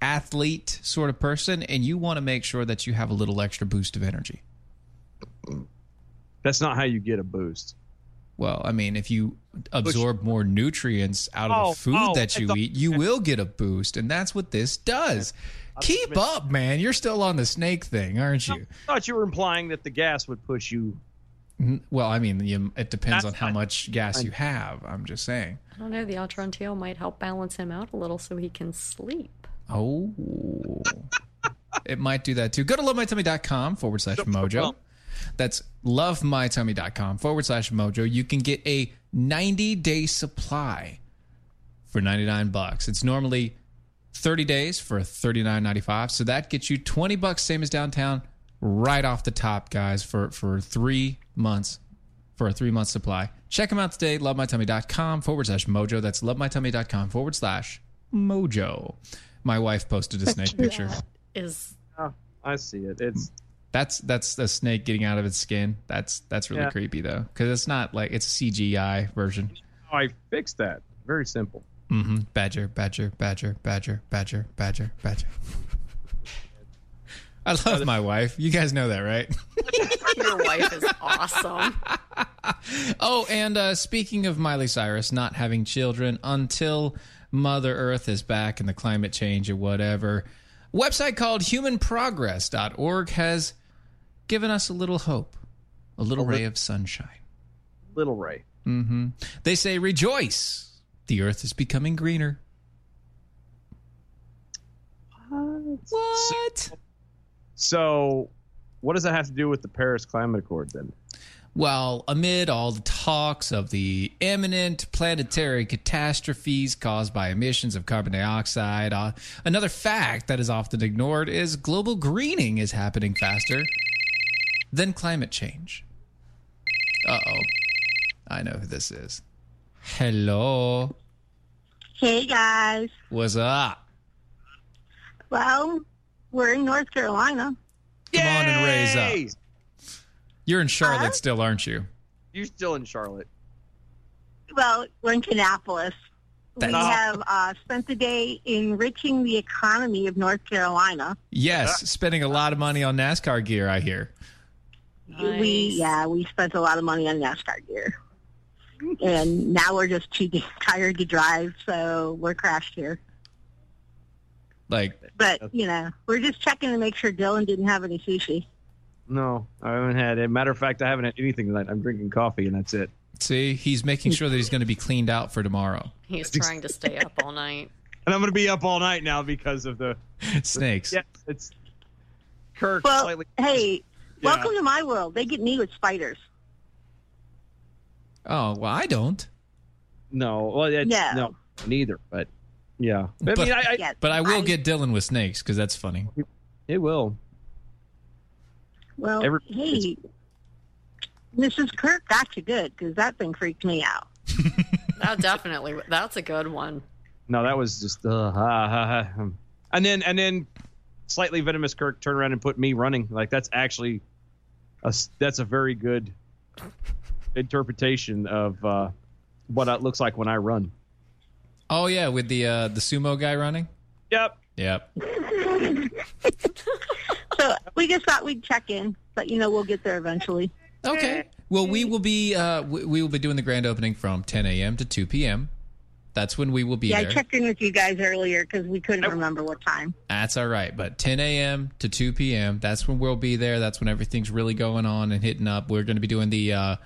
athlete sort of person and you want to make sure that you have a little extra boost of energy. That's not how you get a boost. Well, I mean, if you absorb more nutrients out of Oh, the food oh, that you it's a- eat, you will get a boost, and that's what this does. Keep up, man. You're still on the snake thing, aren't you? I thought you were implying that the gas would push you. N- Well, I mean, you, it depends on how much gas you have. I'm just saying. I don't know. The Atrantil might help balance him out a little so he can sleep. Oh, it might do that too. Go to lovemytummy.com forward slash mojo. That's lovemytummy.com forward slash mojo. You can get a 90 day supply for 99 bucks. It's normally 30 days for 39.95. So that gets you 20 bucks same as downtown right off the top guys for for 3 months for a 3 month supply. Check them out today lovemytummy.com forward slash mojo. That's lovemytummy.com forward slash mojo. My wife posted a snake picture. That is I see it. It's That's that's a snake getting out of its skin. That's that's really Yeah. creepy though, because it's not like it's a CGI version. how I fixed that. Very simple. Mm-hmm. Badger, badger, badger, badger, badger, badger, badger. [LAUGHS] I love my wife. You guys know that, right? your wife is awesome. Oh, and uh, speaking of Miley Cyrus not having children until Mother Earth is back and the climate change or whatever, website called humanprogress.org has given us a little hope, a little ray of sunshine. Little Ray. hmm They say, rejoice. The earth is becoming greener. What? So, what does that have to do with the Paris Climate Accord then? Well, amid all the talks of the imminent planetary catastrophes caused by emissions of carbon dioxide, uh, another fact that is often ignored is global greening is happening faster than climate change. Uh oh. I know who this is. Hello. Hey guys. What's up? Well, we're in North Carolina. Come on and raise up. You're in Charlotte still, aren't you? You're still in Charlotte. Well, we're in Canapolis. That's- we have uh, spent the day enriching the economy of North Carolina. Yes, spending a lot of money on NASCAR gear, I hear. We yeah, we spent a lot of money on NASCAR gear, and now we're just too [LAUGHS] tired to drive, so we're crashed here. Like, But you know, we're just checking to make sure Dylan didn't have any sushi. No, I haven't had it. Matter of fact, I haven't had anything tonight. I'm drinking coffee and that's it. See, he's making sure that he's going to be cleaned out for tomorrow. He is trying to stay up all night. And I'm going to be up all night now because of the snakes. Yeah, it's Kirk. Well, slightly- hey, Yeah. welcome to my world. They get me with spiders. Oh well, I don't. No, well, it's, No. no, neither. But Yeah. But, I mean, I, I, but I will get Dylan with snakes because that's funny. It will. Well, Every- hey, Mrs. Kirk got you good because that thing freaked me out. [LAUGHS] That definitely. That's a good one. No, that was just uh, ha, ha, ha. and then and then slightly venomous Kirk turned around and put me running. Like that's actually a s- that's a very good interpretation of uh, what it looks like when I run. Oh yeah, with the uh, the sumo guy running. Yep. Yep. So we just thought we'd check in, but you know we'll get there eventually. Okay. Well, we will be uh, we, we will be doing the grand opening from 10 a.m. to 2 p.m. That's when we will be yeah, there. I checked in with you guys earlier because we couldn't remember what time. That's all right. But 10 a.m. to 2 p.m. That's when we'll be there. That's when everything's really going on and hitting up. We're going to be doing the uh,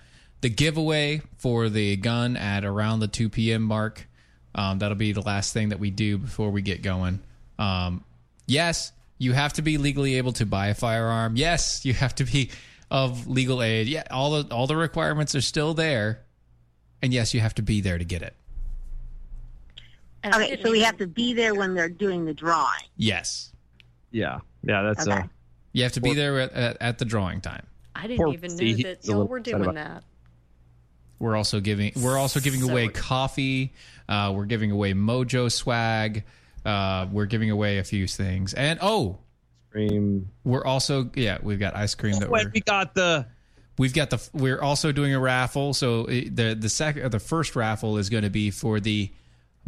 the giveaway for the gun at around the 2 p.m. mark. Um, that'll be the last thing that we do before we get going. Um, yes, you have to be legally able to buy a firearm. Yes, you have to be of legal age. Yeah, all the all the requirements are still there. And yes, you have to be there to get it. okay, so we have to be there when they're doing the drawing. Yes. Yeah. Yeah. That's Okay. uh, you have to be there at, at, at the drawing time. I didn't Poor even know Steve, that he's a y'all little were upset doing about- that. We're also giving we're also giving away coffee. Uh, we're giving away Mojo swag. Uh, we're giving away a few things. And oh, cream. We're also yeah, we've got ice cream that Wait, we're we got the We've got the. We're also doing a raffle. So uh, the the second, the first raffle is going to be for the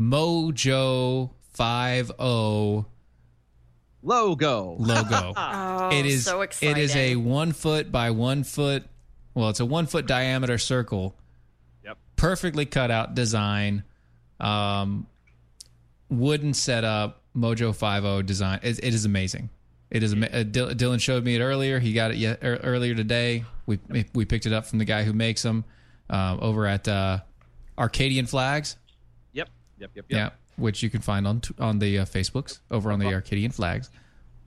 Mojo Five O logo. Logo. Oh, it is. so it is a exciting. one foot by one foot. Well, it's a one foot diameter circle. Yep. Perfectly cut out design. Um, wooden setup. Mojo Five O design. It, it is amazing. It is. ama- Uh, Dylan Dylan showed me it earlier. He got it ye- er, earlier today. We we picked it up from the guy who makes them um, over at uh, Arcadian Flags. Yep. Yep. Yep. Uh-huh. Yep. Yeah, which you can find on t- on the uh, Facebooks over on the Arcadian Flags.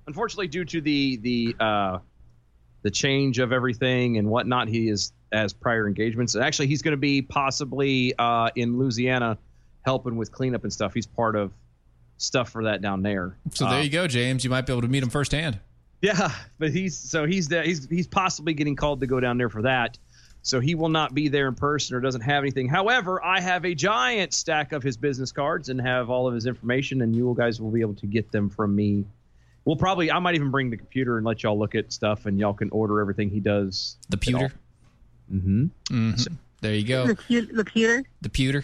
Unfortunately, due to the the uh, the change of everything and whatnot, he is has prior engagements. And actually, he's going to be possibly uh, in Louisiana helping with cleanup and stuff. He's part of stuff for that down there. So there you go, James. You might be able to meet him firsthand. Yeah, but he's so he's the, he's he's possibly getting called to go down there for that. So he will not be there in person or doesn't have anything. However, I have a giant stack of his business cards and have all of his information, and you guys will be able to get them from me. We'll probably I might even bring the computer and let y'all look at stuff, and y'all can order everything he does. The pewter. Mm-hmm. hmm there you go. The, pu- the pewter. The pewter.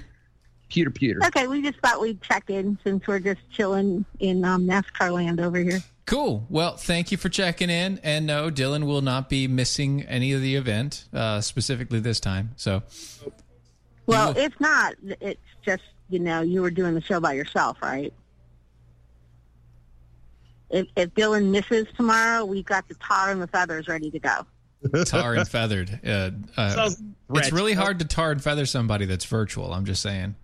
Pewter [LAUGHS] pewter. Okay, we just thought we'd check in since we're just chilling in um, NASCAR land over here. Cool. Well, thank you for checking in. And no, Dylan will not be missing any of the event uh, specifically this time. So Well, if not, it's just you know you were doing the show by yourself, right? If, if Dylan misses tomorrow, we've got the tar and the feathers ready to go. tar and feathered. Uh, uh, [LAUGHS] Sounds it's threat. really hard to tar and feather somebody that's virtual. I'm just saying.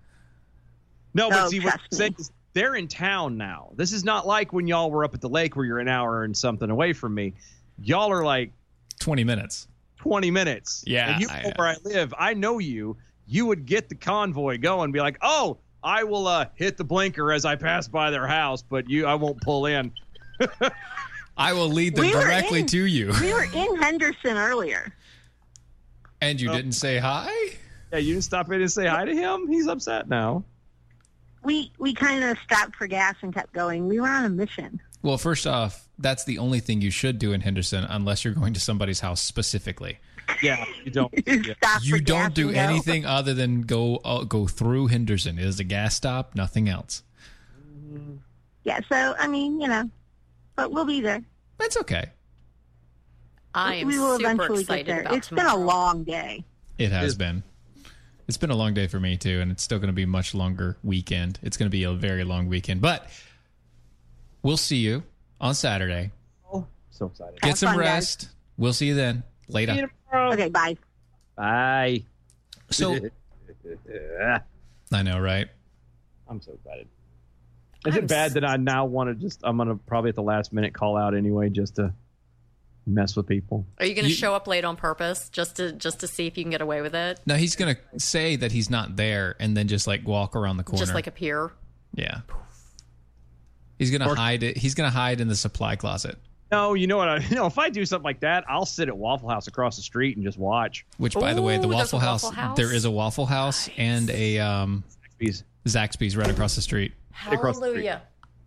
No, but see what I'm saying is they're in town now. This is not like when y'all were up at the lake where you're an hour and something away from me. Y'all are like 20 minutes. 20 minutes. Yeah, And you know I- where I live. I know you. You would get the convoy going, be like, oh, I will uh, hit the blinker as I pass by their house, but you, I won't pull in. I will lead them We were directly in- to you. [LAUGHS] we were in Henderson earlier. And Oh. you didn't say hi? Yeah, you didn't stop in and say hi to him. He's upset now. We we kind of stopped for gas and kept going. We were on a mission. Well, first off, that's the only thing you should do in Henderson unless you're going to somebody's house specifically. Yeah, you [LAUGHS] don't. Stop You for don't gas do and go. anything other than go uh, go through Henderson. It is a gas stop, nothing else. Yeah, so I mean, you know, but we'll be there. That's okay. I am we will super eventually excited get there. about It's been a long day. It has been. It's been a long day for me too, and it's still going to be a much longer weekend. It's going to be a very long weekend, but we'll see you on Saturday. So excited. Get Have some fun, guys. rest. We'll see you then. Later. Okay, bye. Bye. [LAUGHS] So [LAUGHS] I know, right? I'm so excited. Is it bad that I now want to just, I'm going to probably at the last minute call out anyway just to mess with people? Are you going to show up late on purpose just to just to see if you can get away with it? Now he's going to say that he's not there, and then just like walk around the corner. Just like appear. yeah. He's gonna hide it. He's gonna hide in the supply closet. No, you know what? I, [LAUGHS] no, if I do something like that, I'll sit at Waffle House across the street and just watch. Which, by the way, the Waffle House, there is a Waffle House and a um, Zaxby's. right across the street. Hallelujah.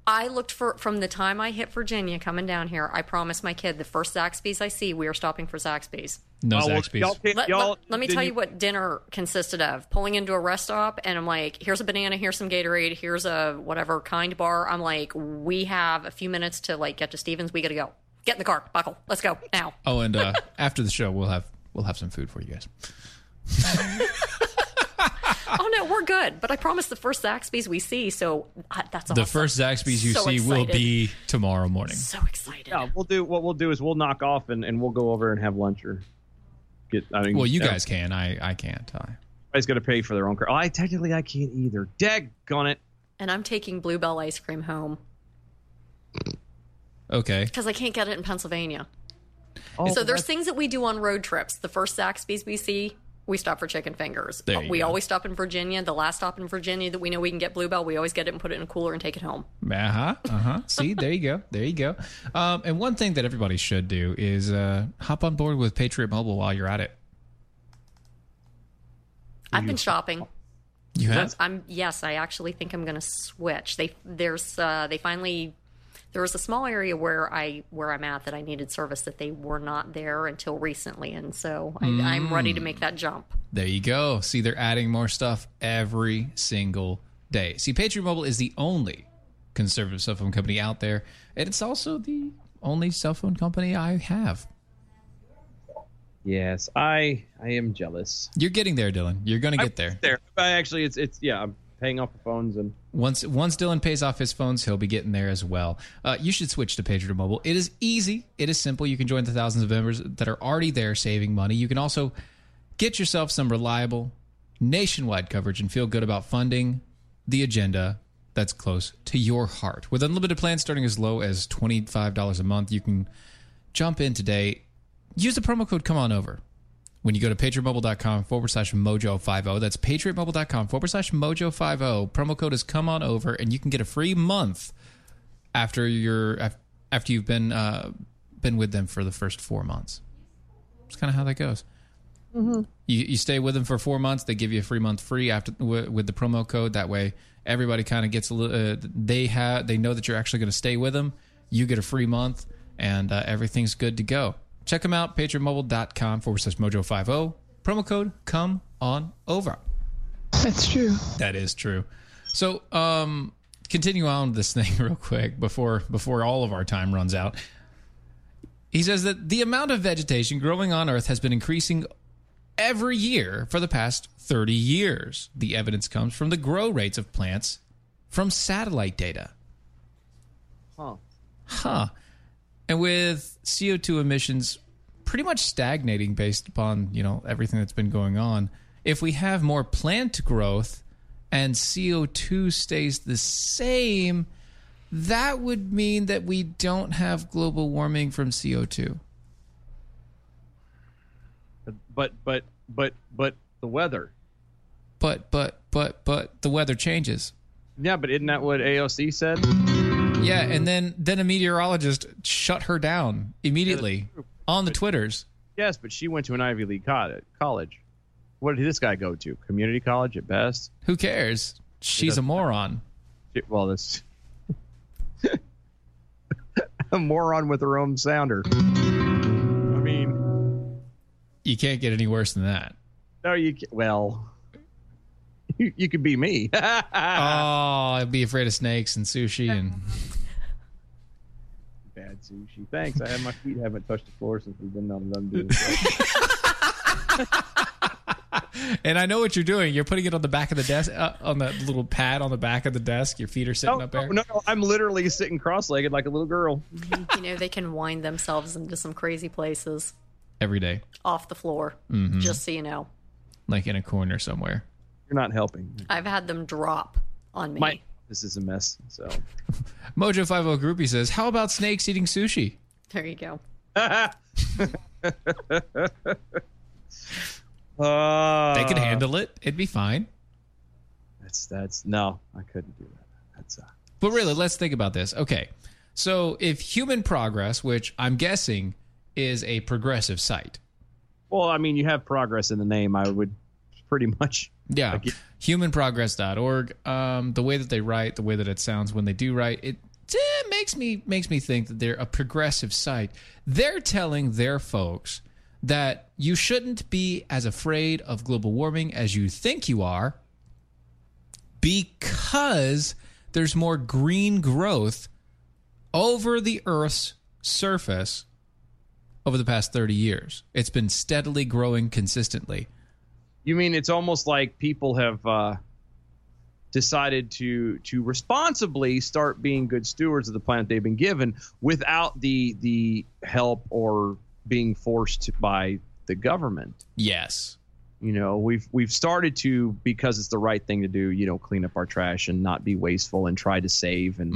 I looked for from the time I hit Virginia coming down here. I promised my kid the first Zaxby's I see, we are stopping for Zaxby's. No Oh, well, Zaxby's. y'all can't- Let, y'all- let- let me did tell you- you what dinner consisted of. Pulling into a rest stop, and I'm like, here's a banana, here's some Gatorade, here's a whatever kind bar. I'm like, we have a few minutes to like get to Stevens. We gotta go. Get in the car, buckle, let's go [LAUGHS] now. Oh, and uh, [LAUGHS] after the show, we'll have we'll have some food for you guys. oh no, we're good. But I promised the first Zaxby's we see, so uh, that's awesome. The first Zaxby's you So see will excited. be tomorrow morning. So excited. Yeah, we'll do. What we'll do is we'll knock off and, and we'll go over and have lunch or get. I mean, well, you yeah, guys can. I I can't. I, Everybody's got to pay for their own car. I technically I can't either. Dag on it. And I'm taking Bluebell ice cream home okay. because I can't get it in Pennsylvania. Oh, so there's that's- things that we do on road trips. The first Zaxby's we see, we stop for chicken fingers. There you we go. always stop in Virginia. The last stop in Virginia that we know we can get Bluebell, we always get it and put it in a cooler and take it home. Uh huh. Uh huh. See, there you go. There you go. Um, and one thing that everybody should do is uh, hop on board with Patriot Mobile while you're at it. I've been shopping. You have. I'm yes, I actually think I'm going to switch. They there's uh, they finally there was a small area where I where I'm at that I needed service that they were not there until recently, and so I, I'm ready to Mm. make that jump. There you go. See, they're adding more stuff every single day. See, Patriot Mobile is the only conservative cell phone company out there, and it's also the only cell phone company I have. Yes, I I am jealous. You're getting there, Dylan. You're going to get there. There, but actually, it's it's yeah. I'm paying off the phones and Once once Dylan pays off his phones, he'll be getting there as well. Uh, you should switch to Patriot Mobile. It is easy. It is simple. You can join the thousands of members that are already there saving money. You can also get yourself some reliable nationwide coverage and feel good about funding the agenda that's close to your heart. With unlimited plans starting as low as $25 a month, you can jump in today. Use the promo code come on over when you go to patriotmobile.com forward slash mojo50 that's patriotmobile.com forward slash mojo50 promo code is come on over and you can get a free month after your af- after you've been uh, been with them for the first four months it's kind of how that goes you, you stay with them for four months they give you a free month free after w- with the promo code that way everybody kind of gets a little uh, they have they know that you're actually going to stay with them you get a free month and uh, everything's good to go check them out patreonmobile.com forward slash mojo50 promo code come on over That's true. that is true so um continue on with this [LAUGHS] thing real quick before before all of our time runs out he says that the amount of vegetation growing on Earth has been increasing every year for the past 30 years. The evidence comes from the grow rates of plants from satellite data. huh. Huh. And with CO2 emissions pretty much stagnating based upon, you know, everything that's been going on, if we have more plant growth and CO2 stays the same, that would mean that we don't have global warming from CO2. But but but but the weather. But but but but the weather changes. Yeah, but isn't that what AOC said? Yeah, and then then a meteorologist shut her down immediately on the Twitters. Yes, but she went to an Ivy League co- college. What did this guy go to? Community college at best. Who cares? She's a moron. well, that's [LAUGHS] a moron with her own sounder. I mean, You can't get any worse than that. no, you ca- well, you, you could be me. [LAUGHS] Uh, Ah. oh, I'd be afraid of snakes and [LAUGHS] sushi and Bad sushi. Thanks. I have my feet haven't touched the floor since we've been on done doing. [LAUGHS] this. and I know what you're doing. You're putting it on the back of the desk uh, on that little pad on the back of the desk. Your feet are sitting up there. no, no, I'm literally sitting cross-legged like a little girl. you know, they can wind themselves into some crazy places Every day, off the floor. Mhm. Just so you know, like in a corner somewhere. You're not helping. I've had them drop on me. My this is a mess. [LAUGHS] So [LAUGHS] Mojo Five O Groupie says, "How about snakes eating sushi?" There you go. Uh, they could handle it. It'd be fine. that's that's no, I couldn't do that. That's uh, But really, let's think about this. Okay. So if human progress, which I'm guessing is a progressive site, Well, I mean, you have progress in the name. I would pretty [LAUGHS] much. Yeah. Humanprogress.org. Um, the way that they write, the way that it sounds when they do write, it eh, makes me makes me think that they're a progressive site. They're telling their folks that you shouldn't be as afraid of global warming as you think you are because there's more green growth over the Earth's surface over the past 30 years. It's been steadily growing consistently. You mean it's almost like people have uh, decided to to responsibly start being good stewards of the planet they've been given without the the help or being forced by the government. Yes. You know, we've we've started to because it's the right thing to do. You know, clean up our trash and not be wasteful and try to save and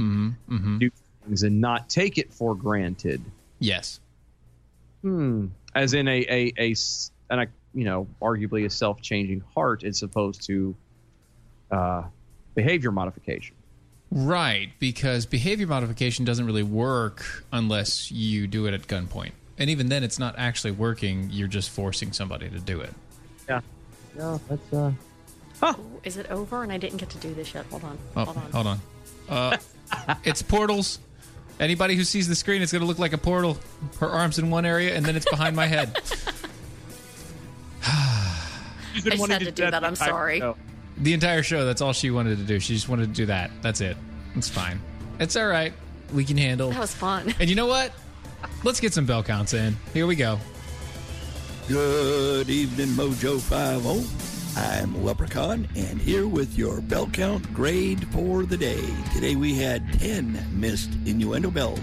Mm-hmm. do things and not take it for granted. Yes. Hmm. As in a a a s- an a you know arguably a self changing heart is opposed to uh, behavior modification. Right, because behavior modification doesn't really work unless you do it at gunpoint. And even then, it's not actually working. You're just forcing somebody to do it. Yeah. No, that's uh. Ooh, Is it over? And I didn't get to do this yet. Hold on. Oh, Hold on. hold on. Uh, it's portals. Anybody who sees the screen, it's going to look like a portal. Her arms in one area, and then it's behind my [LAUGHS] head. I just had to do that. I'm sorry. The entire show, that's all she wanted to do. She just wanted to do that. That's it. It's fine. It's all right. We can handle. That was fun. And you know what? Let's get some bell counts in. Here we go. Good evening, Mojo 50. I'm Leprechaun, and here with your bell count grade for the day. Today we had 10 missed innuendo bells,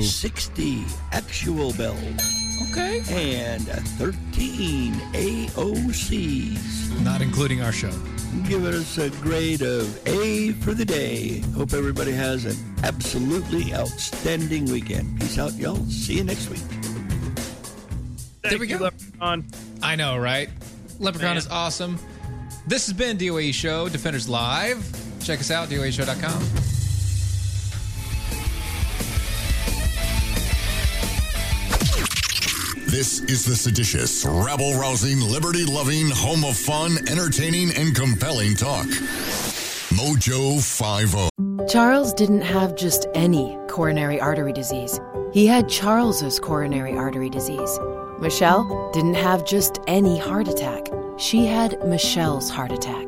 60 actual bells, okay, and 13 AOCs. Not including our show. Give us a grade of A for the day. Hope everybody has an absolutely outstanding weekend. Peace out, y'all. See you next week. there we go. Leprechaun. I know, right? Leprechaun is awesome. This has been DOAE E Show, Defenders Live. Check us out, DOAEShow.com. This is the seditious, rabble rousing, liberty loving, home of fun, entertaining, and compelling talk. Mojo oh. 50. Charles didn't have just any coronary artery disease. He had Charles's coronary artery disease. Michelle didn't have just any heart attack. She had Michelle's heart attack.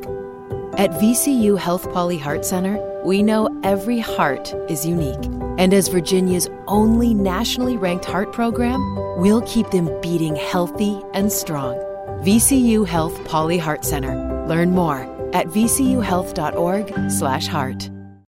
At VCU Health Poly Heart Center, we know every heart is unique. And as Virginia's only nationally ranked heart program, we'll keep them beating healthy and strong. VCU Health Poly Heart Center. Learn more at vcuhealth.org/heart.